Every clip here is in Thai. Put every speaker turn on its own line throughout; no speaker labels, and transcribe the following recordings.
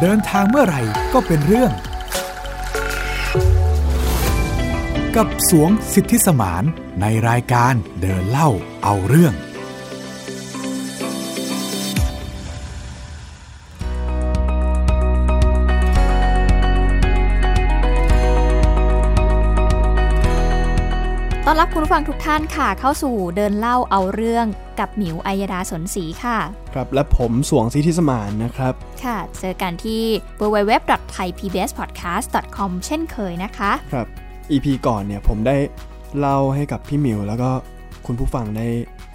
เดินทางเมื่อไหร่ก็เป็นเรื่อง กับสวงสิทธิสมานในรายการเดินเล่าเอาเรื่อง
ต้อนรับคุณผู้ฟังทุกท่านค่ะ เข้าสู่เดินเล่าเอาเรื่องกับหมิวอัยดาสนศรีค่ะ
ครับและผมสวงสิทธิสมานนะครับ
ค่ะ เจอกันที่ www.thaipbspodcast.com เช่นเคยนะคะ
ครับ EP ก่อนเนี่ยผมได้เล่าให้กับพี่หมิว แล้วก็คุณผู้ฟังได้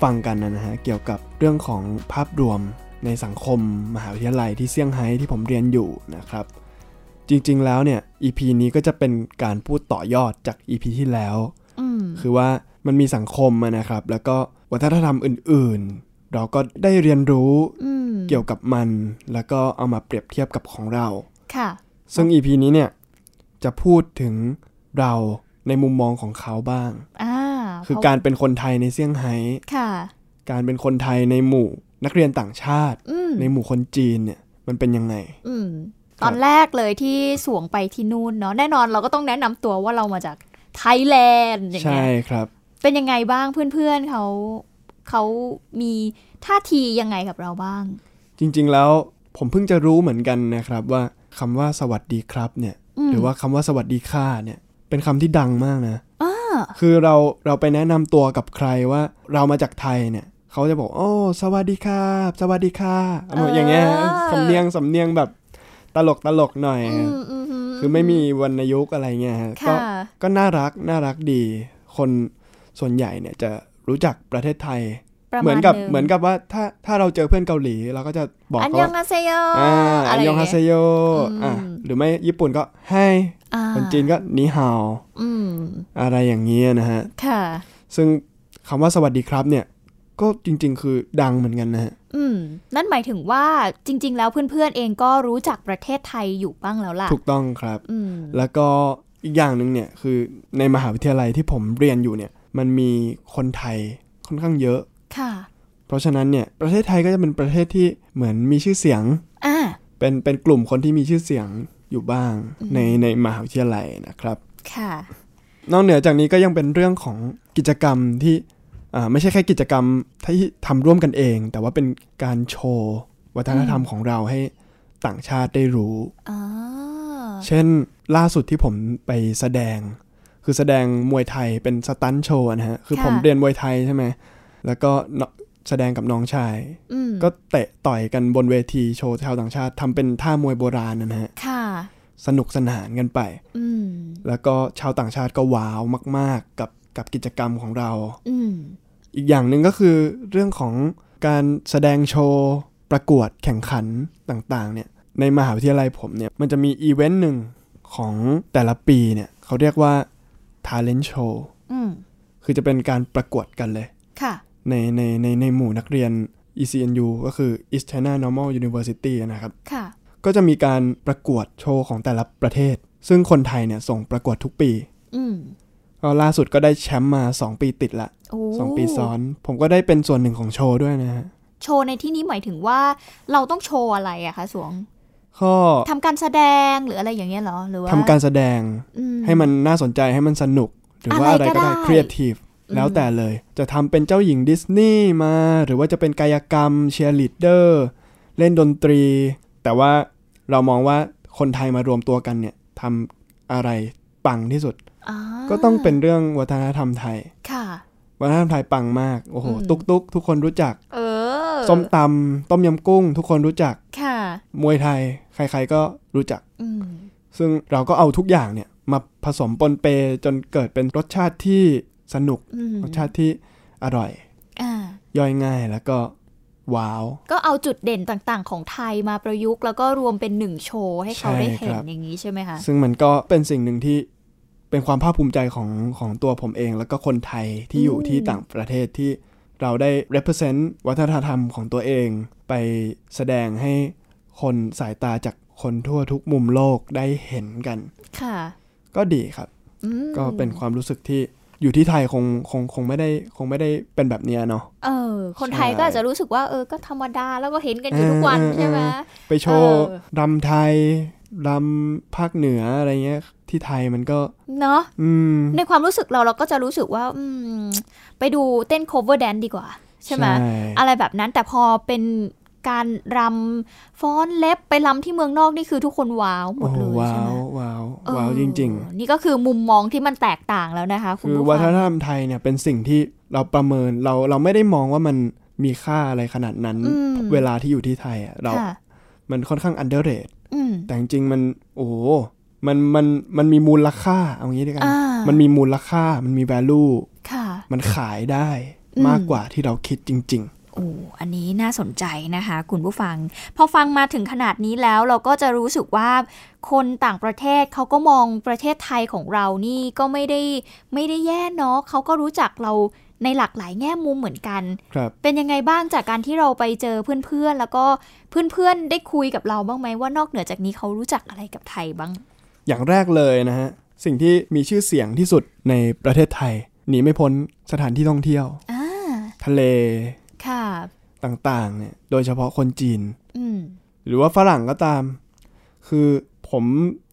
ฟังกันนะฮะเกี่ยวกับเรื่องของภาพรวมในสังคมมหาวิทยาลัยที่เซี่ยงไฮ้ที่ผมเรียนอยู่นะครับ จริงๆแล้วเนี่ย EP นี้ก็จะเป็นการพูดต่อยอดจาก EP ที่แล้ว
อืม
คือว่ามันมีสังคมอะนะครับ แล้วก็วัฒนธรรมอื่นๆ เราก็ได้เรียนรู้
อืม
เกี่ยวกับมัน แล้วก็เอามาเปรียบเทียบกับของเรา
ค่ะ
ซึ่ง EP นี้เนี่ยจะพูดถึงเราในมุมมองของเขาบ้าง
อ่า
คือ
เพะ
การเป็นคนไทยในเซี่ยงไฮ้
ค่ะ
การเป็นคนไทยในหมู่นักเรียนต่างชาติ
อืม
ในหมู่คนจีนเนี่ยมันเป็นยังไง
อืม
ค
ต
รั
อ
บ
นแรกเลยที่สวงไปที่นู่นเนาะ แน่นอนเราก็ต้องแนะนำตัวว่าเรามาจากไทยแลนด์อย่าง
ใช่
เงี้ย
ครับ
เป็นยังไงบ้างเพื่อนๆเขาเขามีท่าทียังไงกับเราบ้าง
จริงๆแล้วผมเพิ่งจะรู้เหมือนกันนะครับว่าคำว่าสวัสดีครับเนี่ย
อืม
หรือว่าคำว่าสวัสดีค่ะเนี่ยเป็นคำที่ดังมากนะ
อ่า
คือเราเราไปแนะนำตัวกับใครว่าเรามาจากไทยเนี่ยเขาจะบอกโอ้สวัสดีครับ สวัสดีค่ะเอาอย่างเงี้ยสำเนียงสำเนียงแบบตลกตลกหน่อย
อื
ครับ
มอือื
คือไม่มีวรรณยุกต์อะไรเงี้ยฮะก็
ค่ะ
ก็น่ารักน่ารักดี คนส่วนใหญ่เนี่ยจะรู้จักประเทศไทย
ประาณ
เหมือนกับ
ง
เหมือนกับว่าถ้าถ้าเราเจอเพื่อนเกาหลีเราก็จะบอก
อัน
เขา
ยอง
ว่า
อาเซโย
อ่าอั
ะ
น
ไร
ยองฮาเซ
างเงี้
โย
ม
อ่ะหรือไม่ญี่ปุ่นก็ไฮ
อ่า
คนจีนก็นิฮาว
อืม
อะไรอย่างเงี้ยนะฮะ
ค่ะ
ซึ่งคำว่าสวัสดีครับเนี่ยก็จริงๆ คือดังเหมือนกันนะฮะ
อืม นั่นหมายถึงว่าจริง ๆ แล้วเพื่อนๆเองก็รู้จักประเทศไทยอยู่บ้างแล้วล่ะ
ถูกต้องครับ
อืม
แล้วก็อีกอย่างหนึ่งเนี่ยคือในมหาวิทยาลัยที่ผมเรียนอยู่เนี่ยมันมีคนไทยค่อนข้างเยอะ
ค่ะ
เพราะฉะนั้นเนี่ยประเทศไทยก็จะเป็นประเทศที่เหมือนมีชื่อเสียง
อ่า
เป็นเป็นกลุ่มคนที่มีชื่อเสียงอยู่บ้างในในมหาวิทยาลัยนะครับ
ค่ะ
นอกเหนือจากนี้ก็ยังเป็นเรื่องของกิจกรรมที่อ่าไม่ใช่แค่กิจกรรมที่ทำร่วมกันเอง แต่ว่าเป็นการโชว์วัฒนธรรมของเราให้ต่างชาติได้รู้
อ๋อ
เช่นล่าสุดที่ผมไปแสดง คือแสดงมวยไทยเป็นสตันท์โชว์นะฮะ คือ
ค่ะ
ผมเรียนมวยไทยใช่ไหมแล้วก็นแสดงกับน้องชาย
อืม
ก็เตะต่อยกันบนเวทีโชว์ชาวต่างชาติทำเป็นท่ามวยโบราณนะฮะ
ค่ะ
สนุกสนานกันไป
อืม
แล้วก็ชาวต่างชาติก็ว้าวมาก ๆ กับกับกิจกรรมของเรา
อืม
อีกอย่างหนึ่งก็คือเรื่องของการแสดงโชว์ ประกวดแข่งขันต่างๆเนี่ยในมหาวิทยาลัยผมเนี่ยมันจะมีอีเวนต์หนึ่งของแต่ละปีเนี่ยเขาเรียกว่า talent show
อืม
คือจะเป็นการประกวดกันเลย
ค่ะ
ในในในในหมู่นักเรียน ECNU ก็คือ East China Normal University นะครับ
ค่ะ
ก็จะมีการประกวดโชว์ของแต่ละประเทศ ซึ่งคนไทยเนี่ยส่งประกวดทุกปี
อืม
ก็ล่าสุดก็ได้แชมป์มา 2 ปีติดละ
โอ้
สองปีซ้อน ผมก็ได้เป็นส่วนหนึ่งของโชว์ด้วยนะฮะ
โชว์ในที่นี้หมายถึงว่าเราต้องโชว์อะไรอะคะสวง
ก็
ทำการแสดงหรืออะไรอย่างเงี้ยเหรอหรือว่า
ทำการแสดง
อืม
ให้มันน่าสนใจให้มันสนุก หรือว่า
อะ
อะไร ไร
ก็
ก็ได้
ได้
ครีเอทีฟแล้วแต่เลย จะทำเป็นเจ้าหญิงดิสนีย์มา หรือว่าจะเป็นกายกรรมเชียร์ลีดเดอร์เล่นดนตรี แต่ว่าเรามองว่าคนไทยมารวมตัวกันเนี่ยทำอะไรปังที่สุด
อ่า
ก็ต้องเป็นเรื่องวัฒนธรรมไทย
ค่ะ
วัฒนธรรมไทยปังมากโอ้โห
อืม
ตุ๊กตุ๊กทุกคนรู้จัก
เออ
ส้มตำต้มยำกุ้ง ทุกคนรู้จัก
ค่ะ
มวยไทยใครๆก็รู้จัก
อืม
ซึ่งเราก็เอาทุกอย่างเนี่ยมาผสมปนเปจนเกิดเป็นรสชาติที่สนุก
อืม
รสชาติที่อร่อย
อ่า
ย่อยง่ายแล้วก็ว้าว
ก็เอาจุดเด่นต่างๆ ของไทยมาประยุกต์แล้วก็รวมเป็นหนึ่งโชว์ให้เขา
ใช่
ได้เห็น
ครับ
อย่างนี้ใช่ไหมคะ
ซึ่งมันก็เป็นสิ่งหนึ่งที่เป็นความภาคภูมิใจของของตัวผมเอง แล้วก็คนไทยที่อยู่
อืม
ที่ต่างประเทศที่เราได้ represent วัฒนธรรมของตัวเอง ไปแสดงให้คนสายตาจากคนทั่วทุกมุมโลกได้เห็นกัน
ค่ะ
ก็ดีครับ
อืม
ก็เป็นความรู้สึกที่ อยู่ที่ไทยคงคงคงไม่ได้คงไม่ได้เป็นแบบเนี้ยเนาะ
เออ คนไทย
ใช่
ก็อาจจะรู้สึกว่าเออก็ธรรมดาแล้วก็เห็นกันอยู่ทุกวันใช่ไหม
ไปโชว์
เออ
รำไทยรำภาคเหนืออะไรเงี้ย ที่ไทยมันก็
เนาะ
อืม
ในความรู้สึกเราเราก็จะรู้สึกว่าอืมไปดูเต้น cover dance ดีกว่า ใช่ไหม อะไรแบบนั้นแต่พอเป็นการรำฟ้อนเล็บไปรำที่เมืองนอกนี่คือทุกคนว้าวหม
โอ้
ดเลย
ว้า
ใช่ไหม
วว้าว
เออ
ว้าวจริง
นี่ก็คือมุมมองที่มันแตกต่างแล้วนะคะ
ๆ
คุณ
คือ
ผู้
วัฒ
ฟัง
นธรรมไทยเนี่ยเป็นสิ่งที่เราประเมินเราเราไม่ได้มองว่ามันมีค่าอะไรขนาดนั้น
อืม
เวลาที่อยู่ที่ไทยอ่ะเรา
ค่ะ
มันค่อนข้าง underrate
อืม
แต่จริงๆมันโอ้โหมันมันมันมีมูลค่าเอางี้ดีกัน
อ่า
มันมีมูลค่ามันมี value
ค่ะ
มันขายได้
อืม
มากกว่าที่เราคิดจริง
โอ้อันนี้น่าสนใจนะคะ คุณผู้ฟัง พอฟังมาถึงขนาดนี้แล้วเราก็จะรู้สึกว่าคนต่างประเทศเขาก็มองประเทศไทยของเรานี่ก็ไม่ได้ไม่ได้แย่เนาะเขาก็รู้จักเราในหลากหลายแง่มุมเหมือนกัน
ๆ ครับ
เป็นยังไงบ้างจากการที่เราไปเจอเพื่อนๆ แล้วก็เพื่อนๆ ได้คุยกับเราบ้างไหมว่านอกเหนือจากนี้เขารู้จักอะไรกับไทยบ้าง
อย่างแรกเลยนะฮะ สิ่งที่มีชื่อเสียงที่สุดในประเทศไทยหนีไม่พ้นสถานที่ท่องเที่ยว
อ่า
ทะเล
ค่ะ
ต่างๆเนี่ยโดยเฉพาะคนจีน
อืม
หรือว่าฝรั่งก็ตาม คือผม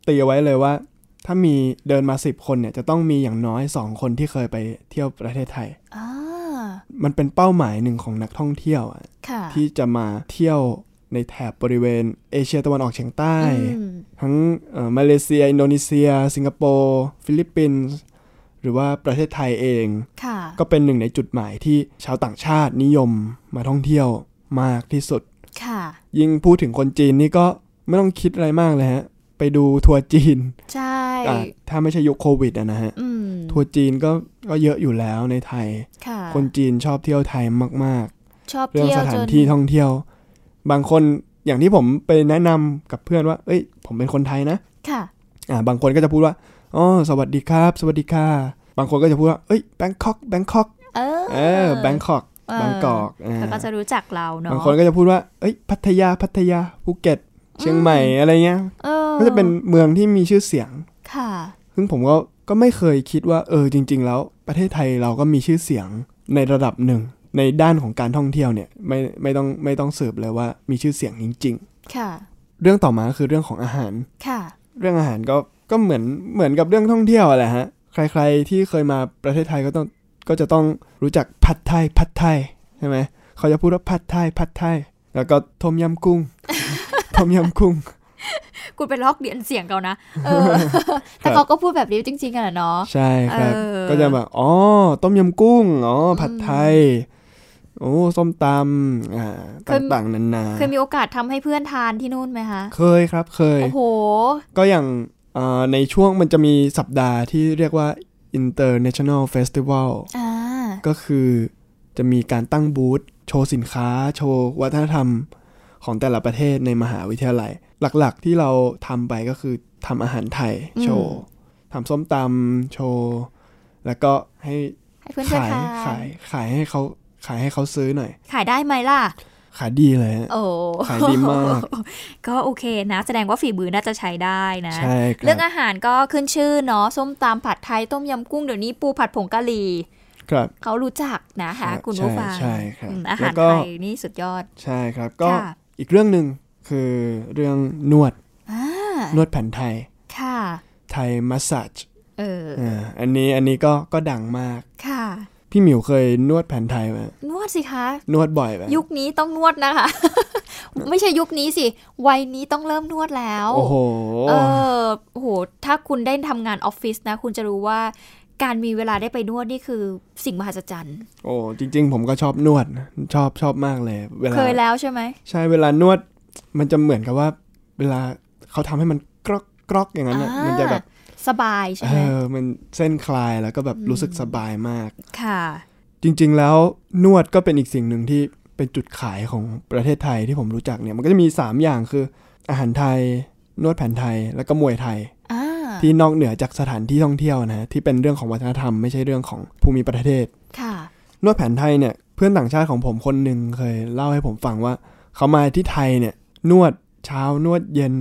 ตีไว้เลยว่า ถ้ามีเดินมาสิบคนเนี่ยจะต้องมีอย่างน้อยสองคนที่เคยไปเที่ยวประเทศไทย
อ่า
มันเป็นเป้าหมายหนึ่งของนักท่องเที่ยวอะ
ค่ะ
ที่จะมาเที่ยวในแถบบริเวณเอเชียตะวันออกเฉียงใต้
อืม
ทั้งเอ่อมาเลเซีย อินโดนีเซีย สิงคโปร์ ฟิลิปปินส์หรือว่าประเทศไทยเอง
ค่ะ
ก็เป็นหนึ่งในจุดหมายที่ชาวต่างชาตินิยมมาท่องเที่ยวมากที่สุด
ค่ะ
ยิ่งพูดถึงคนจีนนี่ก็ไม่ต้องคิดอะไรมากเลยฮะ ไปดูทัวร์จีน
ใช่
อ่ะถ้าไม่ใช่ยุคโควิดอะนะฮะ
อืม
ทัวร์จีนก็ก็เยอะอยู่แล้วในไทย
ค่ะ
คนจีนชอบเที่ยวไทยมาก
ชอบ
ๆ เรื่อง
เที่ย
ส
ว
ถา
จ
น
น
ที่ท่องเที่ยว บางคนอย่างที่ผมไปแนะนำกับเพื่อนว่า เอ้ย ผมเป็นคนไทยนะ
ค่ะ
อ่าบางคนก็จะพูดว่าอ๋อสวัสดีครับ สวัสดีค่ะ บางคนก็จะพูดว่า เอ้ยแบงคอกแบงคอก
เออ
เออแบงคอก
เออบ
างกอกอ่า
เขาก็จะรู้จักเราเนาะ
บางคนก็จะพูดว่า เอ้ย พัทยาพัทยาภูเก็ต เชียงใหม่อะไรเงี้ย
เออ
ก็จะเป็นเมืองที่มีชื่อเสียง
ค่ะ
ซึ่งผมก็ก็ไม่เคยคิดว่าเออจริง ๆ แล้วประเทศไทยเราก็มีชื่อเสียงในระดับหนึ่ง ในด้านของการท่องเที่ยวเนี่ยไม่ไม่ต้องไม่ต้องสืบเลยว่ามีชื่อเสียงจริง
ค่ะ
ๆ เรื่องต่อมาคือเรื่องของอาหาร
ค่ะ
เรื่องอาหารก็ก็เหมือนเหมือนกับเรื่องท่องเที่ยวอะแหละฮะ ใครๆที่เคยมาประเทศไทยก็ต้องก็จะต้องรู้จักผัดไทยผัดไทยใช่ไหมเขาจะพูดว่าผัดไทยผัดไทย แล้วก็ต้มยำกุ้ง ต้มยำกุ้ง
กูไปลอกเรียนเสียงเขานะ เออ แต่เขาก็พูดแบบนี้จริงๆอะเนาะ
ใช่ครับ
เออ
ก็จะแบบอ๋อต้มยำกุ้งอ๋อผัดไทย โอ้ส้มตำอ่าต่างๆนานา
เคยมีโอกาสทำให้เพื่อนทานที่นู่นไหมคะ
เคยครับเคย
โอ้โห
ก็อย่างเอ่อในช่วงมันจะมีสัปดาห์ที่เรียกว่า International Festival
อ่า
ก็คือจะมีการตั้งบูธโชว์สินค้า โชว์วัฒนธรรมของแต่ละประเทศในมหาวิทยาลัย หลักๆที่เราทำไปก็คือทำอาหารไทย
อืม
โชว์ทำส้มตำโชว์ แล้วก็ให้
ให้เพื่อนๆ
ขาย
ทาน
ขายขายให้เขาขายให้เขาซื้อหน่อย
ขายได้ไหมล่ะ
ขายดีเลยฮะ
โอ้
ขายดีมาก
ก็โอเคนะ แสดงว่าฝีมือน่าจะใช้ได้นะ
ใช่ค
เรื่
รั
อบ งอาหารก็ขึ้นชื่อเนาะ ส้มตำผัดไทย ต้มยำกุ้ง เดี๋ยวนี้ปูผัดผงกะหรี่
ครับ
เขารู้จักนะคะ
ใช่
คุณผู้ฟัง
ใช่ครับ
อืมอา
แล้
หาร
วก็
ไทยนี่สุดยอด
ใช่ครับก็
ค่ะ
อีกเรื่องหนึ่งคือเรื่องนวด
อ่าน
วดแผนไทย
ค่ะ
ไทยมัสซาจ
เออ
อ่าอันนี้อันนี้ก็ก็ดังมาก
ค่ะ
พี่หมิวเคยนวดแผนไทยไหม
นวดสิคะ
นวดบ่อยไหม
ยุคนี้ต้องนวดนะคะ ไม่ใช่ยุคนี้สิ วัยนี้ต้องเริ่มนวดแล้ว
โอ้โห
เออโห ถ้าคุณได้ทำงานออฟฟิศนะ คุณจะรู้ว่าการมีเวลาได้ไปนวดนี่คือสิ่งมหัศจรรย์
โอ้จริง ๆ ผมก็ชอบนวดนะชอบชอบมากเลย เวลา
เคยแล้วใช่ไหม
ใช่เวลานวด มันจะเหมือนกับว่า เวลาเขาทำให้มันกรอกกรอกอย่างนั้นน่ะ
อ่ามั
มันจะแบบ
สบายใช่
เอ
ไหม
อมันเส้นคลายแล้วก็แบบ
อืม
รู้สึกสบายมาก
ค่ะ
จริง ๆ แล้วนวดก็เป็นอีกสิ่งหนึ่งที่เป็นจุดขายของประเทศไทยที่ผมรู้จักเนี่ย มันก็จะมี 3 อย่างคือ อาหารไทย นวดแผนไทยแล้วก็มวยไทย
อ่า
ที่นอกเหนือจากสถานที่ท่องเที่ยวนะฮะที่เป็นเรื่องของวัฒนธรรมไม่ใช่เรื่องของภูมิประเทศ
ค่ะ
นวดแผนไทยเนี่ยเพื่อนต่างชาติของผมคนหนึ่งเคยเล่าให้ผมฟังว่า เขามาที่ไทยเนี่ยนวดเช้านวดเย็น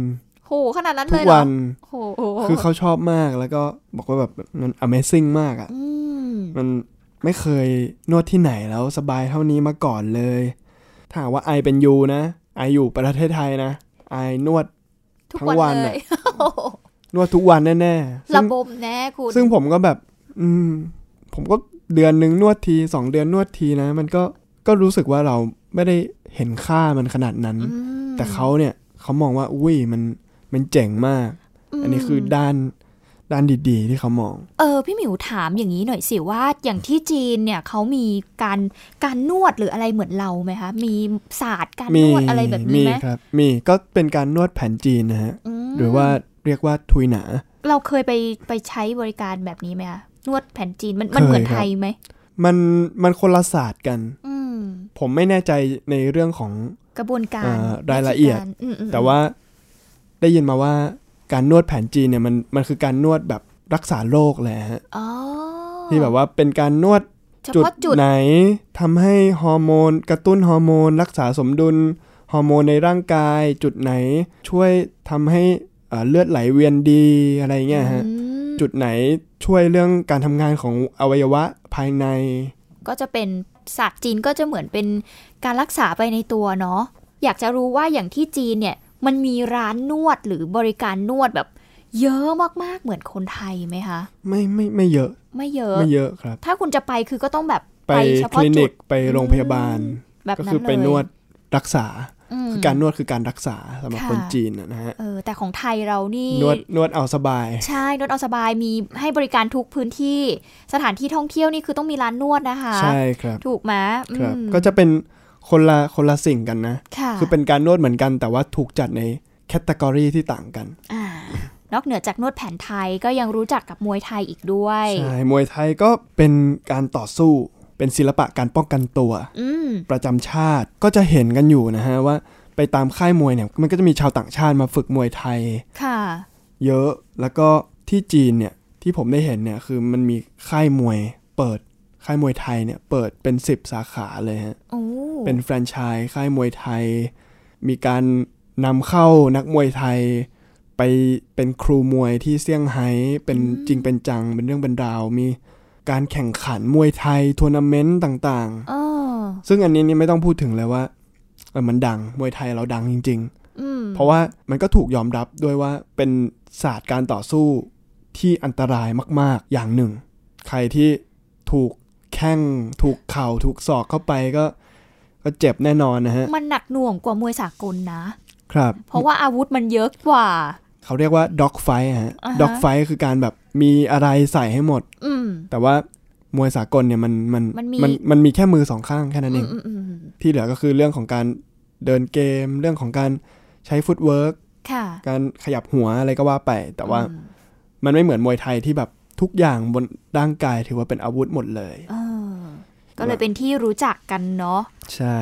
โหขนาดนั้น
ทุ
เล
ก
ยเหรอ
วัน
โหโห
คือเขาชอบมากแล้วก็บอกว่าแบบมัน Amazing มากอะ่ะ
อืม
มันไม่เคยนวดที่ไหนแล้วสบายเท่านี้มาก่อนเลย ถ้าหากว่าไอเป็นยูนะไออยู่ประเทศไทยนะไอนวด
ทุก
ทั้งวั
วัน
น
เล
น่ะ
ยโอ้โห
นวดทุกวันแน่ๆซึ่
ระ
ง
บบแน่คุณ
ซึ่งผมก็แบบ อืม ผมก็เดือนหนึ่งนวดทีสองเดือนนวดทีนะ มันก็ก็รู้สึกว่าเราไม่ได้เห็นค่ามันขนาดนั้น
อืม
แต่เขาเนี่ยเขามองว่า อุ้ยมันมันเจ๋งมาก อันนี้คือด้านด้านดีๆ ที่เขามอง
เออพี่หมิวถามอย่างนี้หน่อยสิว่าอย่างที่จีนเนี่ยเขามีการการนวดหรืออะไรเหมือนเราไหมคะมีศาสตร์การ
มี
นวดอะไรแบบ
มี
นี้ไหม
ครับ มีก็เป็นการนวดแผนจีนนะฮะ
ม
หรือว่าเรียกว่าทุยหนา
เราเคยไปไปใช้บริการแบบนี้ไหมคะนวดแผนจีนมันมันเหมือน
เคยครับ
ไทยไหม
มันมันคนละศาสตร์กัน
อืม
ผมไม่แน่ใจในเรื่องของ
กระบวนการ
เอ่อรายละเอียด
วิธีการอืมอืม
แต่ว่าได้ยินมาว่าการนวดแผนจีนเนี่ยมันมันคือการนวดแบบรักษาโรคแหละฮะ
อ๋อ
ที่แบบว่าเป็นการนวด
เฉพาะจุด
ไหนทำให้ฮอร์โมน กระตุ้นฮอร์โมน รักษาสมดุลฮอร์โมนในร่างกาย จุดไหนช่วยทำให้เอ่อเลือดไหลเวียนดีอะไรเงี้ยฮะ
อืม
จุดไหนช่วยเรื่องการทำงานของอวัยวะภายใน
ก็จะเป็นศาสตร์จีนก็จะเหมือนเป็นการรักษาไปในตัวเนาะอยากจะรู้ว่าอย่างที่จีนเนี่ย มันมีร้านนวดหรือบริการนวดแบบ เยอะมากๆเหมือนคนไทยไหมคะ
ไม่ไม่ไม่เยอะ
ไม่เยอะ
ไม่เยอะครับ
ถ้าคุณจะไปคือก็ต้องแบบ
ไป
ไปเฉ
ค
พาะ
ลิ
จุ
นิ
ด
กไปโรงพยาบาล
แบบ
ก็
นั้
คื
น
อ
เลย
ไปนวดรักษา
อืม
คือการนวดคือการรักษาสำหรับ
ค่ะ
คนจีนน่ะนะฮะ
เออแต่ของไทยเรานี่
นวดนวดเอาสบาย
ใช่นวดเอาสบายมีให้บริการทุกพื้นที่ สถานที่ท่องเที่ยวนี่คือต้องมีร้านนวดนะคะ
ใช่ครับ
ถูกไหมอืม
ครับ ก็จะเป็นคนละคนละสิ่งกันนะ
ค่ะ
คือเป็นการนวดเหมือนกันแต่ว่าถูกจัดในแคตตากรีที่ต่างกัน
อ่านอกเหนือจากนวดแผนไทยก็ยังรู้จักกับมวยไทยอีกด้วย
ใช่มวยไทยก็เป็นการต่อสู้ เป็นศิลปะการป้องกันตัว
อืม
ประจำชาติก็จะเห็นกันอยู่นะฮะว่าไปตามค่ายมวยเนี่ยมันก็จะมีชาวต่างชาติมาฝึกมวยไทย
ค่ะ
เยอะแล้วก็ที่จีนเนี่ยที่ผมได้เห็นเนี่ยคือมันมีค่ายมวยเปิดค่ายมวยไทยเนี่ยเปิดเป็น 10 สาขาเลยฮะ
โอ้
เป็นแฟรนไชส์ค่ายมวยไทย มีการนำเข้านักมวยไทย ไปเป็นครูมวยที่เซี่ยงไฮ้เป็นจริงเป็นจังเป็นเรื่องเป็นราว มีการแข่งขันมวยไทยทัวร์นาเมนต์ต่าง
เออ
ๆ ซึ่งอันนี้เนี่ยไม่ต้องพูดถึงเลยว่าเออมันดังมวยไทยเราดังจริง ๆ
อืม
เพราะว่ามันก็ถูกยอมรับด้วยว่าเป็นศาสตร์การต่อสู้ที่อันตรายมาก ๆ อย่างหนึ่ง ใครที่ถูกแข้ง ถูกเข่าถูกศอกเข้าไปก็ ก็เจ็บแน่นอนนะฮะ
มันหนักหน่วงกว่ามวยสากลนะ
ครับ
เพราะว่าอาวุธมันเยอะกว่า
เขาเรียกว่าด็อกไฟฮะ
อ่าฮะ
ด็อกไฟคือการแบบมีอะไรใส่ให้หมด
อืม
แต่ว่ามวยสากลเนี่ยมันมัน
มันมี
มันมันมีแค่มือสองข้างแค่นั้นเอง
อืมอืมอืม
ที่เหลือก็คือเรื่องของการเดินเกม เรื่องของการใช้ฟุตเวิร์ก
ค่ะ
การขยับหัวอะไรก็ว่าไปแต่ว่า
อืม
มันไม่เหมือนมวยไทยที่แบบทุกอย่างบนร่างกายถือว่าเป็นอาวุธหมดเลย
เออ ก็เลยเป็นที่รู้จักกันเนาะ
ใช่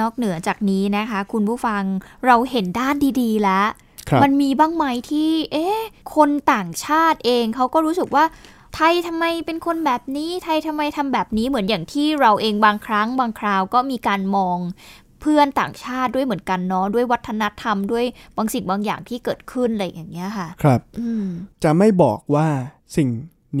นอกเหนือจากนี้นะคะ คุณผู้ฟังเราเห็นด้านดีๆแล้ว
ครับ
มันมีบ้างไหมที่ เอ๊ะ คนต่างชาติเองเขาก็รู้สึกว่า ไทยทำไมเป็นคนแบบนี้ ไทยทำไมทำแบบนี้เหมือนอย่างที่เราเองบางครั้งบางคราวก็มีการมองเพื่อนต่างชาติด้วยเหมือนกันเนาะด้วยวัฒนธรรมด้วยบางสิ่งบางอย่างที่เกิดขึ้นอะไรอย่างเงี้ยค่ะ
ครับ
อืม
จะไม่บอกว่าสิ่ง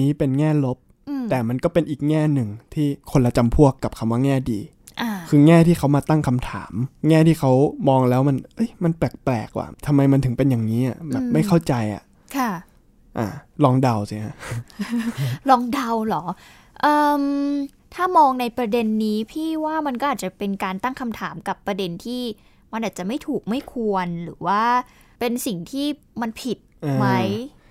นี้เป็นแง่ลบ
อืม
แต่มันก็เป็นอีกแง่หนึ่งที่คนละจำพวกกับคำว่าแง่ดี
อ่า
คือแง่ที่เขามาตั้งคำถาม แง่ที่เขามองแล้วมันเอ้ยมันแปลกๆว่ะทำไมมันถึงเป็นอย่างนี้อะแบบไม่เข้าใจอ่ะ
ค่ะ
อ่ะลองเดาสิฮะ
ลองเดาเหรอเอมถ้ามองในประเด็นนี้พี่ว่ามันก็อาจจะเป็นการตั้งคำถามกับประเด็นที่มันอาจจะไม่ถูกไม่ควรหรือว่าเป็นสิ่งที่มันผิด
อ่า
ไหม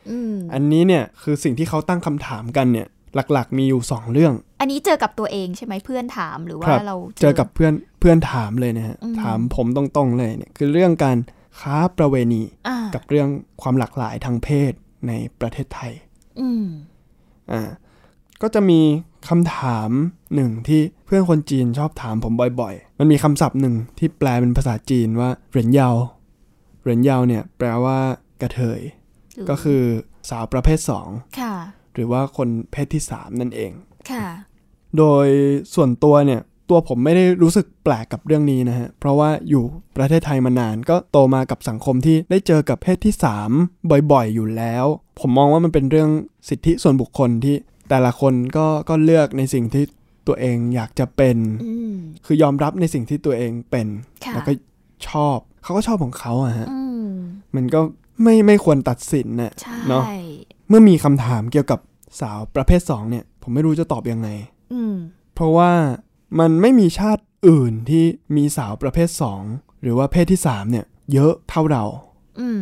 อืม
อันนี้เนี่ยคือสิ่งที่เขาตั้งคำถามกันเนี่ย หลักๆ มีอยู่สองเรื่อง
อันนี้เจอกับตัวเองใช่ไหมเพื่อนถามหรือ
ค
ว่า
รับ
เรา
เจอกับเพื่อนเพื่อนถามเลยนะฮะ
อืม
ถามผมตรงๆเลยเนี่ยคือเรื่องการค้าประเวณี
อ่า
กับเรื่องความหลากหลายทางเพศในประเทศไทย
อืม
อ่าก็จะมีคำถามหนึ่งที่เพื่อนคนจีนชอบถามผมบ่อยๆ มันมีคำศัพท์หนึ่งที่แปลเป็นภาษาจีนว่าเหรียญเยาเหรียญเยาเนี่ยแปลว่ากระเทย
หรื
ก็คือสาวประเภทสอง
ค่ะ
หรือว่าคนเพศที่สามนั่นเอง
ค่ะ
โดยส่วนตัวเนี่ย ตัวผมไม่ได้รู้สึกแปลกกับเรื่องนี้นะฮะ เพราะว่าอยู่ประเทศไทยมานานก็โตมากับสังคมที่ได้เจอกับเพศที่ 3 บ่อยๆ อยู่แล้ว ผมมองว่ามันเป็นเรื่องสิทธิส่วนบุคคลที่แต่ละคนก็ก็เลือกในสิ่งที่ตัวเองอยากจะเป็น
อืม
คือยอมรับในสิ่งที่ตัวเองเป็น
ค่ะ
แล้วก็ชอบเขาก็ชอบของเขาอะฮะ
อืม
มันก็ไม่ไม่ควรตัดสินนะ
ใช่
เนาะเมื่อมีคำถามเกี่ยวกับสาวประเภท 2 เนี่ย ผมไม่รู้จะตอบยังไง
อืม
เพราะว่ามันไม่มีชาติอื่นที่มีสาวประเภท 2 หรือว่าเพศที่ 3 เนี่ย เยอะเท่าเรา
อืม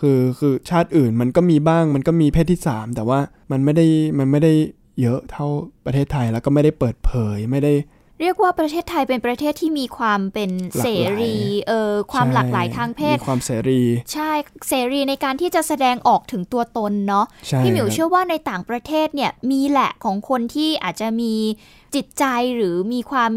คือคือชาติอื่นมันก็มีบ้างมันก็มีเพศที่ 3 แต่ว่ามันไม่ได้มันไม่ได้เยอะเท่าประเทศไทยแล้วก็ไม่ได้เปิดเผยไม่ได้
เรียกว่าประเทศไทยเป็นประเทศที่มีความเป็นเสรี
หลากหลาย
เออความหลากหลาย
ใช่
ทางเพศ
มีความเสรี
ใช่เสรีในการที่จะแสดงออกถึงตัวตนเนาะ
ใช่
พี่หมิว
ครับ
เชื่อว่าในต่างประเทศเนี่ยมีแหละของคนที่อาจจะมีจิตใจหรือมีความ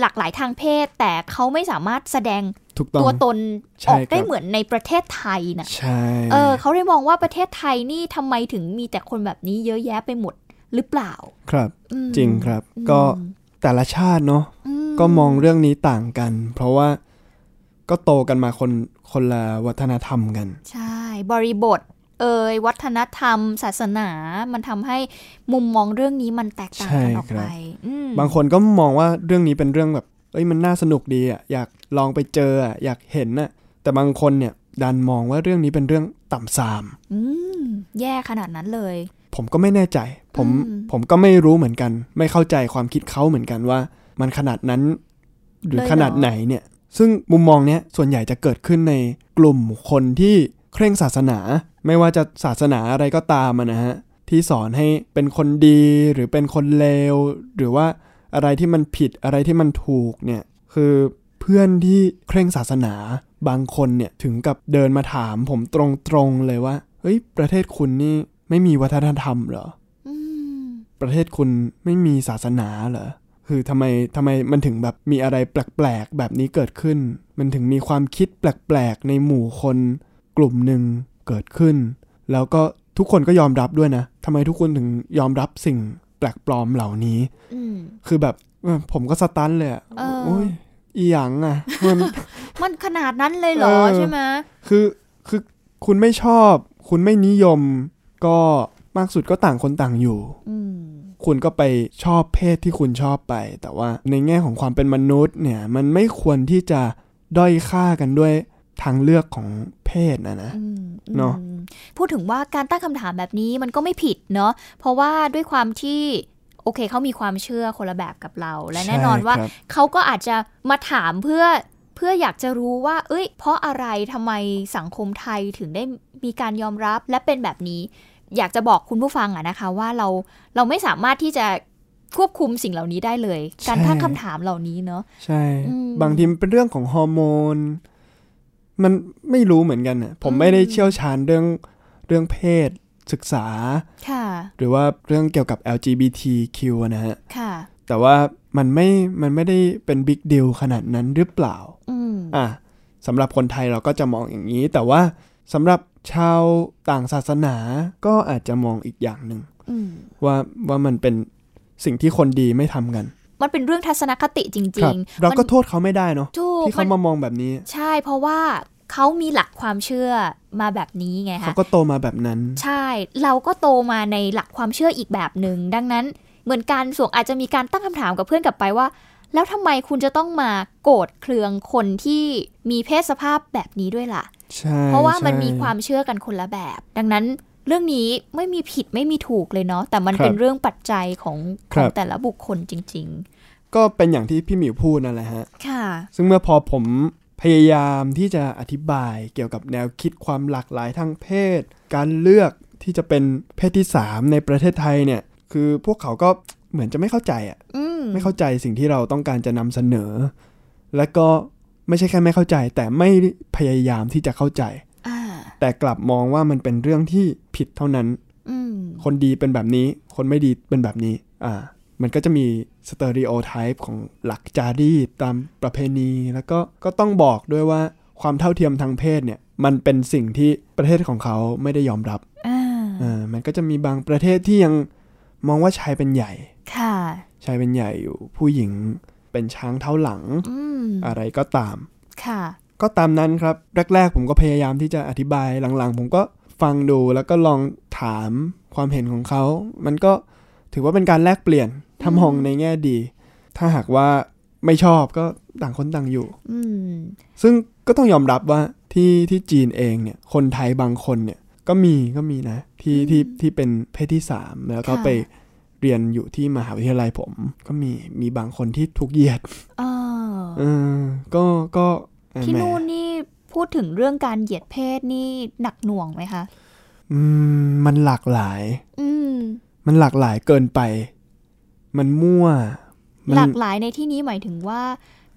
หลากหลายทางเพศ แต่เขาไม่สามารถแสดง
ถูกต้อง
ตัวตน
ใช่
ออกได้
ครับ
เหมือนในประเทศไทยนะ
ใช่
เออเขาเลยมองว่าประเทศไทยนี่ทำไมถึงมีแต่คนแบบนี้เยอะแยะไปหมดหรือเปล่า
ครับ
อืม
จริงครับ
อืม
ก็ แต่ละชาติเนาะ
ม
ก็มองเรื่องนี้ต่างกัน เพราะว่าก็โตกันมาคนคนละวัฒนธรรมกัน
ใช่ บริบท เอ่ยวัฒนธรรม ศาสนา มันทำให้มุมมองเรื่องนี้มันแตกต่างกันออก
ใช่ครั
ไป
บ
อืม
บางคนก็มองว่าเรื่องนี้เป็นเรื่องแบบ เอ้ยมันน่าสนุกดีอ่ะอยากลองไปเจออ่ะอยากเห็นน่ะแต่บางคนเนี่ยดันมองว่าเรื่องนี้เป็นเรื่องต่ำทราม
อืม แย่ขนาดนั้นเลย
ผมก็ไม่แน่ใจ ผม
อืม
ผมก็ไม่รู้เหมือนกัน ไม่เข้าใจความคิดเขาเหมือนกันว่า มันขนาดนั้น หรือขนาดไหนเนี่ย ซึ่งมุมมองเนี้ยส่วนใหญ่จะเกิดขึ้นในกลุ่มคนที่เคร่งศาสนา ไม่ว่าจะศาสนาอะไรก็ตามอะนะฮะ ที่สอนให้เป็นคนดีหรือเป็นคนเลว หรือว่าอะไรที่มันผิดอะไรที่มันถูกเนี่ย คือเพื่อนที่เคร่งศาสนา บางคนเนี่ยถึงกับเดินมาถามผมตรงๆเลยว่าเฮ้ยประเทศคุณนี่ไม่มีวัฒนธรรมเหรอ
อืม
ประเทศคุณไม่มีศาสนาเหรอ คือทำไมทำไมมันถึงแบบมีอะไรแปลกๆแบบนี้เกิดขึ้น มันถึงมีความคิดแปลกๆในหมู่คนกลุ่มหนึ่งเกิดขึ้น แล้วก็ทุกคนก็ยอมรับด้วยนะทำไมทุกคนถึงยอมรับสิ่งแปลกปลอมเหล่านี้
อืม
คือแบบเออผมก็สตันเลยอะ
เออ
โอ้ยอีหยังอะมัน
มันขนาดนั้นเลยเหรอ
เออ
ใช่ไหม
คือคือคุณไม่ชอบ คุณไม่นิยม ก็มากสุดก็ต่างคนต่างอยู่
อืม
คุณก็ไปชอบเพศที่คุณชอบไป แต่ว่าในแง่ของความเป็นมนุษย์เนี่ย มันไม่ควรที่จะด้อยค่ากันด้วยทางเลือกของเพศนะนะ
อืมอืม
เนอะ
พูดถึงว่าการตั้งคำถามแบบนี้มันก็ไม่ผิดเนาะเพราะว่าด้วยความที่โอเคเขามีความเชื่อคนละแบบกับเรา และแน่นอนว่า
ใช่ครับ
เขาก็อาจจะมาถามเพื่อเพื่ออยากจะรู้ว่า เอ้ย เพราะอะไรทำไมสังคมไทยถึงได้มีการยอมรับและเป็นแบบนี้ อยากจะบอกคุณผู้ฟังอะนะคะว่าเราเราไม่สามารถที่จะควบคุมสิ่งเหล่านี้ได้เลย การตั้งคำถามเหล่านี้เนาะ
ใช่
อืม
บางทีมันเป็นเรื่องของฮอร์โมน มันไม่รู้เหมือนกันนะผม
อืม
ไม่ได้เชี่ยวชาญเรื่องเรื่องเพศศึกษา
ค่ะ
หรือว่าเรื่องเกี่ยวกับ LGBTQ นะฮะ
ค่ะ
แต่ว่ามันไม่ มันไม่ได้เป็นบิ๊กเดลขนาดนั้นหรือเปล่า
อืม
อ่ะสำหรับคนไทยเราก็จะมองอย่างนี้ แต่ว่าสำหรับชาวต่างศาสนาก็อาจจะมองอีกอย่างหนึ่ง
อืม
ว่าว่ามันเป็นสิ่งที่คนดีไม่ทำกัน
มันเป็นเรื่องทัศนคติจ
ค
ริ
รับ
งๆ
เราก็
มัน
โทษเขาไม่ได้เนาะ
ถูก
ที่เขา
มัน
มามองแบบนี้
ใช่เพราะว่าเขามีหลักความเชื่อมาแบบนี้ไง
เขา
คะ
ก็โตมาแบบนั้น
ใช่เราก็โตมาในหลักความเชื่ออีกแบบหนึ่งดังนั้นเหมือนการส่วนอาจจะมีการตั้งคำถามกับเพื่อนกลับไปว่า แล้วทำไมคุณจะต้องมาโกรธเคืองคนที่มีเพศสภาพแบบนี้ด้วยล่ะ
ใช่
เพราะว่ามัน
ใช่
มีความเชื่อกันคนละแบบ ดังนั้นเรื่องนี้ไม่มีผิดไม่มีถูกเลยเนาะแต่มัน
ครับ
เป็นเรื่องปัจจัยของข
ครั
อง
บ
แต่ละบุคคลจริง
ก็เป็นอย่างที่พี่หมิวพูดนั่นแหละฮะ
ๆ ค่ะ
ซึ่งเมื่อพอผมพยายามที่จะอธิบายเกี่ยวกับแนวคิดความหลากหลายทางเพศ การเลือกที่จะเป็นเพศที่ 3 ในประเทศไทยเนี่ย คือพวกเขาก็เหมือนจะไม่เข้าใจอ่ะ
อืม
ไม่เข้าใจสิ่งที่เราต้องการจะนำเสนอ และก็ไม่ใช่แค่ไม่เข้าใจ แต่ไม่พยายามที่จะเข้าใจ
อ่า
แต่กลับมองว่ามันเป็นเรื่องที่ผิดเท่านั้น
อืม
คนดีเป็นแบบนี้ คนไม่ดีเป็นแบบนี้ อ่า มันก็จะมีสเตอริโอไทป์ของหลักจารีตตามประเพณี แล้วก็ก็ต้องบอกด้วยว่าความเท่าเทียมทางเพศเนี่ย มันเป็นสิ่งที่ประเทศของเขาไม่ได้ยอมรับ
อ่า
อ่า มันก็จะมีบางประเทศที่ยังมองว่าชายเป็นใหญ่
ค่ะ
ชายเป็นใหญ่อยู่ผู้หญิง เป็นช้างเท้าหลัง
อืม
อะไรก็ตาม
ค่ะ
ก็ตามนั้นครับ แรก ๆ ผมก็พยายามที่จะอธิบายหลังๆ ผมก็ฟังดูแล้วก็ลองถามความเห็นของเขา มันก็ถือว่าเป็นการแลกเปลี่ยนทำหองในแง่ดี ถ้าหากว่าไม่ชอบก็ต่างคนต่างอยู่
อืม
ซึ่งก็ต้องยอมรับว่าที่ที่จีนเองเนี่ยคนไทยบางคนเนี่ยก็มีก็มีนะที่ที่ที่เป็นเพศที่สามแล้วก็
ค่ะ
ไปเรียนอยู่ที่มหาวิทยาลัยผม ก็มีมีบางคนที่ถูกเหยียด
เออ
เออก็ก็อ่ะ
ที่
แหม
นู่นนี่พูดถึงเรื่องการเหยียดเพศนี่หนักหน่วงไหมคะ
อืมมันหลากหลาย
อืม
มันหลากหลายเกินไป มันมั่ว มั
หลากหลายในที่นี้หมายถึงว่า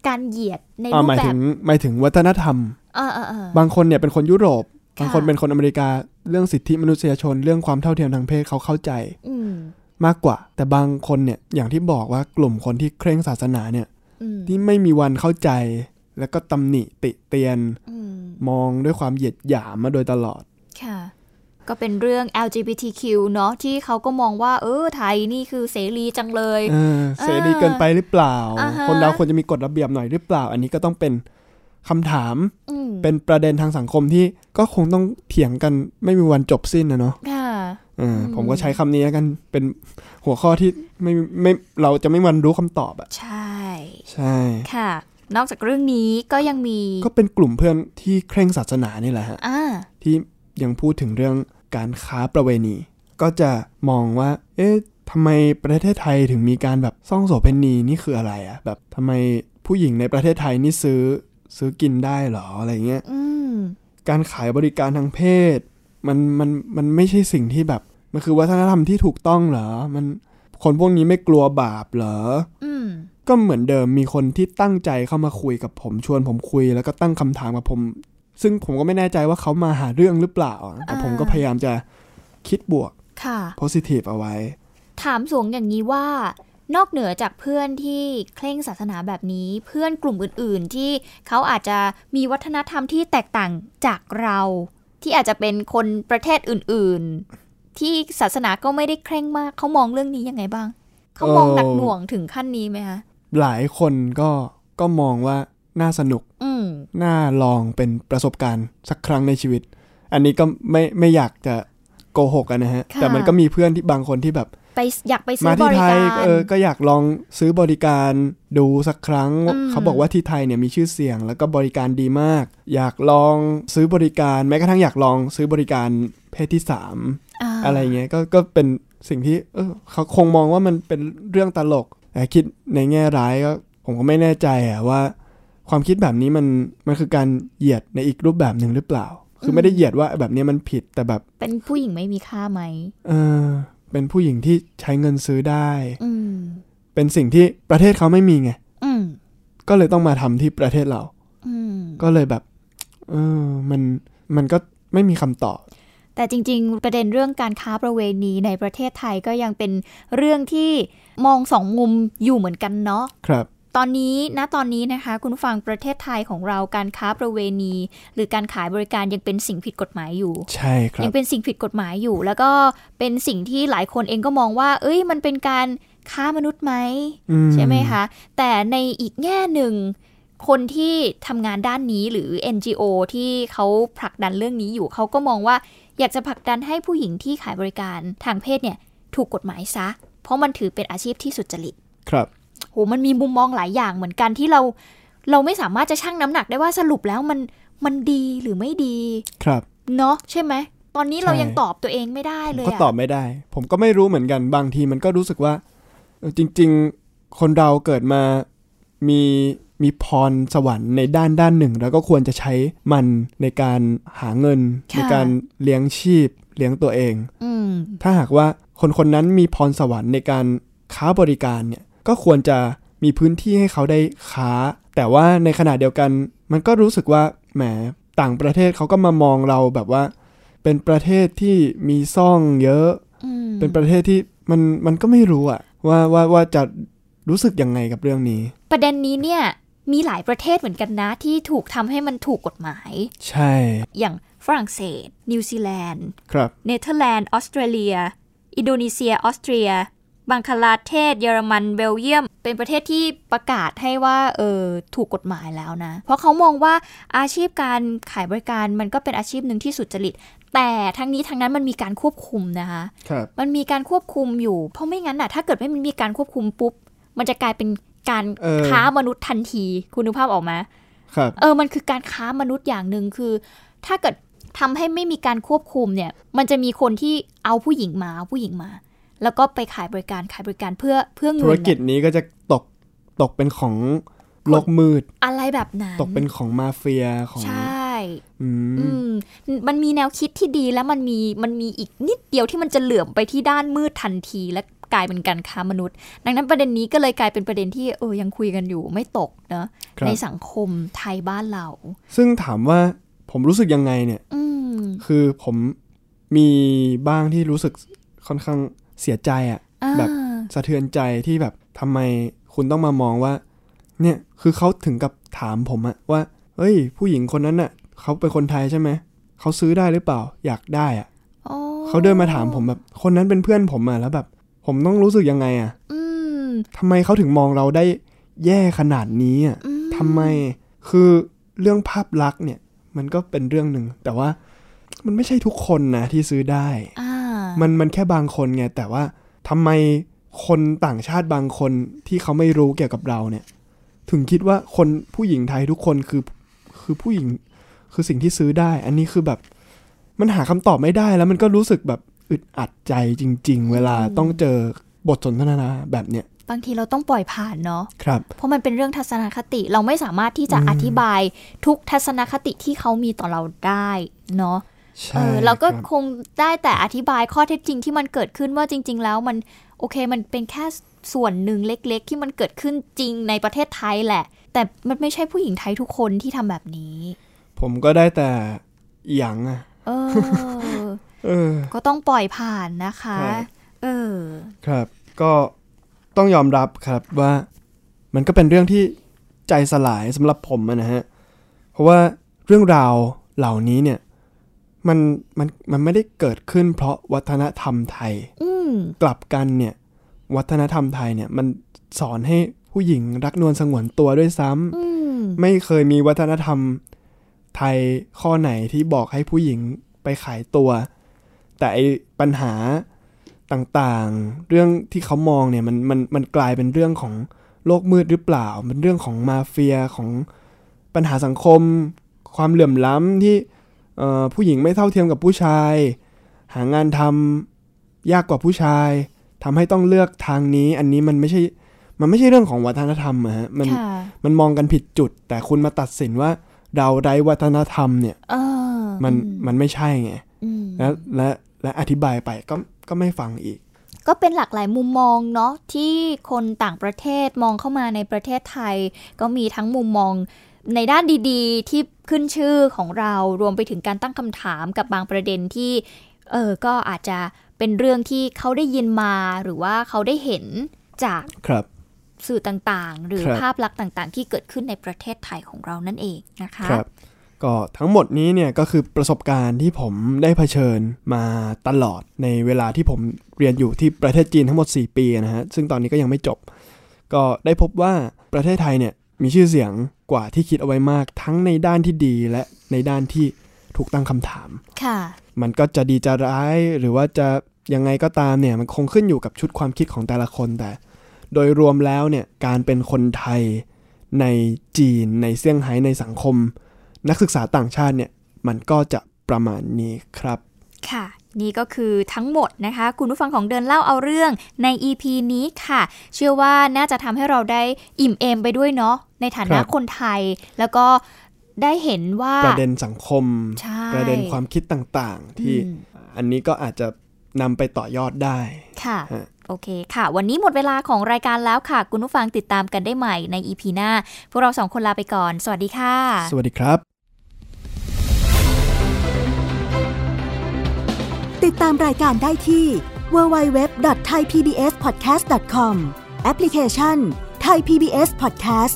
การเหยียดใน
อ่า
รู
ห
ป
มาย
แบ
ถึ
บ
งหมายถึงวัฒนธรรม
เออเออเออ
บางคนเนี่ยเป็นคนยุโรป
ค่ะ
บางคนเป็นคนอเมริกา เรื่องสิทธิมนุษยชน เรื่องความเท่าเทียมทางเพศเขาเข้าใจ
อืม
มากกว่า แต่บางคนเนี่ย อย่างที่บอกว่ากลุ่มคนที่เคร่งศาสนาเนี่ย
อืม
ที่ไม่มีวันเข้าใจ แล้วก็ตำหนิติเตียน
อืม
มองด้วยความเหยียดหยามมาโดยตลอด
ค่ะ ก็เป็นเรื่อง LGBTQ เนอะที่เขาก็มองว่า เออไทยนี่คือเสรีจังเลย
เออเสรีเกินไปหรือเปล่า
อ่าฮะ
คนเราควรจะมีกฎระเบียบหน่อยหรือเปล่า อันนี้ก็ต้องเป็นคำถาม
อืม
เป็นประเด็นทางสังคมที่ก็คงต้องเถียงกันไม่มีวันจบสิ้นนะเนาะ
ค่ะ
เออ
ม
อผมก็ใช้คำนี้แล้วกันเป็นหัวข้อที่ไม่ไม่เราจะไม่มีวันรู้คำตอบอะ
ใช่
ใช่
ค่ะ นอกจากเรื่องนี้ก็ยังมี
ก็เป็นกลุ่มเพื่อนที่เคร่งศาสนานี่แหละฮะ
อ่า
ที่ยังพูดถึงเรื่องการค้าประเวณี ก็จะมองว่า เอ๊ะทำไมประเทศไทยถึงมีการแบบซ่องโสเภณีนี่คืออะไรอะแบบทำไมผู้หญิงในประเทศไทยนี่ซื้อซื้อกินได้หรออะไรเงี้ย
อืม
การขายบริการทางเพศ มันมันมันไม่ใช่สิ่งที่แบบ มันคือวัฒนธรรมที่ถูกต้องเหรอ มันคนพวกนี้ไม่กลัวบาปเหรอ
อืม
ก็เหมือนเดิมมีคนที่ตั้งใจเข้ามาคุยกับผมชวนผมคุย แล้วก็ตั้งคำถามกับผม ซึ่งผมก็ไม่แน่ใจว่าเขามาหาเรื่องหรือเปล่า แต่ผมก็พยายามจะคิดบวก
ค่ะ
positive เอาไว้
ถามสวงอย่างนี้ว่า นอกเหนือจากเพื่อนที่เคร่งศาสนาแบบนี้ เพื่อนกลุ่มอื่น ๆ ที่เขาอาจจะมีวัฒนธรรมที่แตกต่างจากเรา ที่อาจจะเป็นคนประเทศอื่น ๆ ที่ศาสนาก็ไม่ได้เคร่งมากเขามองเรื่องนี้ยังไงบ้าง เขามองหนักหน่วงถึงขั้นนี้ไหมคะ
หลายคนก็ก็มองว่าน่าสนุก
อืม
น่าลองเป็นประสบการณ์สักครั้งในชีวิต อันนี้ก็ไม่ไม่อยากจะโกหกกันนะฮะ
ค่ะ
แต่มันก็มีเพื่อนที่บางคนที่แบบ
ไปอยากไปซื้
มา
อ
ที่
บริ
ไทย
การ
เออก็อยากลองซื้อบริการดูสักครั้ง
อืม
เขาบอกว่าที่ไทยเนี่ยมีชื่อเสียง แล้วก็บริการดีมาก อยากลองซื้อบริการ แม้กระทั่งอยากลองซื้อบริการเพศที่สาม
อา
อะไรเงี้ยก็ก็เป็นสิ่งที่เออเขาคงมองว่ามันเป็นเรื่องตลกแต่คิดในแง่ร้ายก็ผมก็ไม่แน่ใจอะว่า ความคิดแบบนี้มันมันคือการเหยียดในอีกรูปแบบหนึ่งหรือเปล่า คือไม่ได้เหยียดว่าแบบเนี้ยมันผิดแต่แบบ
เป็นผู้หญิงไม่มีค่าไหม
เออเป็นผู้หญิงที่ใช้เงินซื้อได้
อืม
เป็นสิ่งที่ประเทศเขาไม่มีไง
อืม
ก็เลยต้องมาทำที่ประเทศเรา
อืม
ก็เลยแบบ เออ มัน มันก็ไม่มีคำตอบ
แต่จริง ๆ ประเด็นเรื่องการค้าประเวณีในประเทศไทยก็ยังเป็นเรื่องที่มองสองมุมอยู่เหมือนกันเนาะ
ครับ
ตอนนี้นะตอนนี้นะคะ คุณผู้ฟังประเทศไทยของเราการค้าประเวณี หรือการขายบริการยังเป็นสิ่งผิดกฎหมายอยู่
ใช่ครั
ยั
บ
งเป็นสิ่งผิดกฎหมายอยู่ แล้วก็เป็นสิ่งที่หลายคนเองก็มองว่า เอ้ย มันเป็นการค้ามนุษย์ไหม
อื
ใช่ไหมคะ แต่ในอีกแง่หนึ่ง คนที่ทำงานด้านนี้หรือ NGO ที่เขาผลักดันเรื่องนี้อยู่ เขาก็มองว่าอยากจะผลักดันให้ผู้หญิงที่ขายบริการทางเพศเนี่ย ถูกกฎหมายซะ เพราะมันถือเป็นอาชีพที่สุจริต
ครับ
โหมันมีมุมมองหลายอย่างเหมือนกันที่เรา เราไม่สามารถจะชั่งน้ำหนักได้ว่าสรุปแล้วมันมันดีหรือไม่ดี
ครับ
เนาะใช่ไหม ตอนนี้เรา
ใช่
ยังตอบตัวเองไม่ได้เลย
ก็
อะ
ตอบไม่ได้ ผมก็ไม่รู้เหมือนกัน บางทีมันก็รู้สึกว่าเออจริง ๆ คนเราเกิดมา มี มีพรสวรรค์ในด้านด้านหนึ่ง แล้วก็ควรจะใช้มันในการหาเงิน ในการเลี้ยงชีพ เลี้ยงตัวเอง
อืม
ถ้าหากว่าคนคนนั้นมีพรสวรรค์ในการค้าบริการเนี่ยก็ควรจะมีพื้นที่ให้เขาได้ค้า แต่ว่าในขณะเดียวกัน มันก็รู้สึกว่าแหมต่างประเทศเขาก็มามองเราแบบว่า เป็นประเทศที่มีซ่องเยอะ
อืม
เป็นประเทศที่มันมันก็ไม่รู้อะว่าว่าว่าจะรู้สึกยังไงกับเรื่องนี้
ประเด็นนี้เนี่ยมีหลายประเทศเหมือนกันนะ ที่ถูกทำให้มันถูกกฎหมาย
ใช่
อย่างฝรั่งเศส นิวซีแลนด์
ครับ
เนเธอร์แลนด์ ออสเตรเลีย อินโดนีเซีย ออสเตรีย บังคลาเทศ เยอรมันเบลเยียม เป็นประเทศที่ประกาศให้ว่าเออถูกกฎหมายแล้วนะ เพราะเขามองว่าอาชีพการขายบริการมันก็เป็นอาชีพหนึ่งที่สุจริต แต่ทั้งนี้ทั้งนั้นมันมีการควบคุมนะคะ
ครับ
มันมีการควบคุมอยู่ เพราะไม่งั้นน่ะ ถ้าเกิดไม่มีการควบคุมปุ๊บ มันจะกลายเป็นการ
เออ
ค้ามนุษย์ทันที คุณนึกภาพออกไหม
ครับ
เออ มันคือการค้ามนุษย์อย่างหนึ่งคือ ถ้าเกิดทำให้ไม่มีการควบคุมเนี่ย มันจะมีคนที่เอาผู้หญิงมาเอาผู้หญิงมา แล้วก็ไปขายบริการขายบริการเพื่อเพื่อเงิน
ธุรกิจ
น่ะ
นี้ก็จะตกตกเป็นของโลกมืด
อะไรแบบนั้น
ตกเป็นของมาเฟียของ
ใช่
อืม
อืม มันมีแนวคิดที่ดีแล้วมันมีมันมีอีกนิดเดียวที่มันจะเหลื่อมไปที่ด้านมืดทันที และกลายเป็นการค้ามนุษย์ ดังนั้นประเด็นนี้ก็เลยกลายเป็นประเด็นที่เออยังคุยกันอยู่ไม่ตกเนอะ
ครั
ใน
บ
สังคมไทยบ้านเรา
ซึ่งถามว่าผมรู้สึกยังไงเนี่ย
อืม
คือผมมีบ้างที่รู้สึกค่อนข้างเสียใจอะ
อ่า
แบบ สะเทือนใจที่แบบทำไมคุณต้องมามองว่า เนี่ยคือเขาถึงกับถามผมอะว่าเฮ้ย ผู้หญิงคนนั้นอะเขาเป็นคนไทยใช่ไหมเขาซื้อได้หรือเปล่า อยากได้อะ
อ๋อ
เขาเดินมาถามผมแบบคนนั้นเป็นเพื่อนผมอะแล้วแบบ ผมต้องรู้สึกยังไงอะ
อืม
ทำไมเขาถึงมองเราได้แย่ขนาดนี้อะ
อืม
ทำไม คือเรื่องภาพลักษณ์เนี่ย มันก็เป็นเรื่องหนึ่ง แต่ว่ามันไม่ใช่ทุกคนนะที่ซื้อได้
อ่ามั
มันมันแค่บางคนไง แต่ว่าทำไมคนต่างชาติบางคนที่เขาไม่รู้เกี่ยวกับเราเนี่ย ถึงคิดว่าคนผู้หญิงไทยทุกคนคือ คือผู้หญิง คือสิ่งที่ซื้อได้ อันนี้คือแบบ มันหาคำตอบไม่ได้แล้วมันก็รู้สึกแบบอึดอัดใจจริง ๆ เวลาต้องเจอบทสนทนาแบบเนี้ย
บางทีเราต้องปล่อยผ่านเนาะ
ครับ
เพราะมันเป็นเรื่องทัศนคติเราไม่สามารถที่จะอธิบายทุกทัศนคติที่เขามีต่อเราได้เนาะ เอ
ใช่
อเราก็
คบ
คงได้แต่อธิบายข้อเท็จจริงที่มันเกิดขึ้นว่าจริง ๆ แล้วมันโอเคมันเป็นแค่ส่วนหนึ่งเล็ก ๆ ที่มันเกิดขึ้นจริงในประเทศไทยแหละ แต่มันไม่ใช่ผู้หญิงไทยทุกคนที่ทำแบบนี้
ผมก็ได้แต่อีหยังอ่ะ
เออ
เออ
ก็ต้องปล่อยผ่านนะคะ
ครับ
เออ
ครับ ก็ต้องยอมรับครับว่ามันก็เป็นเรื่องที่ใจสลายสำหรับผมอะนะฮะ เพราะว่าเรื่องราวเหล่านี้เนี่ยมันมันมันไม่ได้เกิดขึ้นเพราะวัฒนธรรมไทย
อืม
กลับกันเนี่ยวัฒนธรรมไทยเนี่ยมันสอนให้ผู้หญิงรักนวลสงวนตัวด้วยซ้ำ
อืม
ไม่เคยมีวัฒนธรรมไทยข้อไหนที่บอกให้ผู้หญิงไปขายตัว แต่ไอปัญหาต่างๆ เรื่องที่เขามองเนี่ยมันมันมันกลายเป็นเรื่องของโลกมืดหรือเปล่า มันเรื่องของมาเฟียของปัญหาสังคม ความเหลื่อมล้ำที่เอ่อผู้หญิงไม่เท่าเทียมกับผู้ชาย หางานทำยากกว่าผู้ชายทำให้ต้องเลือกทางนี้ อันนี้มันไม่ใช่มันไม่ใช่เรื่องของวัฒนธรรมอะฮะมัน
ค่ะ
มันมองกันผิดจุด แต่คุณมาตัดสินว่าเราไร้วัฒนธรรมเนี่ย
เออ
มัน
อื
มันไม่ใช่ไง
อืม
และและและอธิบายไปก็ก็ไม่ฟังอีก
ก็เป็นหลากหลายมุมมองเนาะที่คนต่างประเทศมองเข้ามาในประเทศไทย ก็มีทั้งมุมมองในด้านดีๆ ที่ขึ้นชื่อของเรารวมไปถึงการตั้งคำถามกับบางประเด็นที่เออก็อาจจะเป็นเรื่องที่เขาได้ยินมาหรือว่าเขาได้เห็นจาก
ครับ
สื่อต่างๆ หรือ
ครับ
ภาพลักษณ์ต่างๆ ที่เกิดขึ้นในประเทศไทยของเรานั่นเองนะคะ
ครับ ก็ทั้งหมดนี้เนี่ยก็คือประสบการณ์ที่ผมได้เผชิญมาตลอดในเวลาที่ผมเรียนอยู่ที่ประเทศจีนทั้งหมด 4 ปีนะฮะ ซึ่งตอนนี้ก็ยังไม่จบ ก็ได้พบว่าประเทศไทยเนี่ยมีชื่อเสียงกว่าที่คิดเอาไว้มาก ทั้งในด้านที่ดีและในด้านที่ถูกตั้งคำถาม
ค่ะ
มันก็จะดีจะร้ายหรือว่าจะยังไงก็ตามเนี่ยมันคงขึ้นอยู่กับชุดความคิดของแต่ละคนแต่ โดยรวมแล้วเนี่ยการเป็นคนไทยในจีนในเซี่ยงไฮ้ในสังคม นักศึกษาต่างชาติเนี่ยมันก็จะประมาณนี้ครับ
ค่ะ นี่ก็คือทั้งหมดนะคะ คุณผู้ฟังของเดินเล่าเอาเรื่องใน EP นี้ค่ะ เชื่อว่าน่าจะทำให้เราได้อิ่มเอมไปด้วยเนาะในฐานะครับ คนไทย แล้วก็ได้เห็นว่า
ประเด็นสังคม
ใช่
ประเด็นความคิดต่างๆ ที่
อืม
อันนี้ก็อาจจะนำไปต่อยอดได้
ค่ะ
ฮะ
โอเคค่ะ วันนี้หมดเวลาของรายการแล้วค่ะ คุณผู้ฟังติดตามกันได้ใหม่ใน EP หน้า พวกเราสองคนลาไปก่อน สวัสดีค่ะ
สวัสดีครับ
ติดตามรายการได้ที่ www.thaipbspodcast.com แอปพลิเคชัน Thai PBS Podcast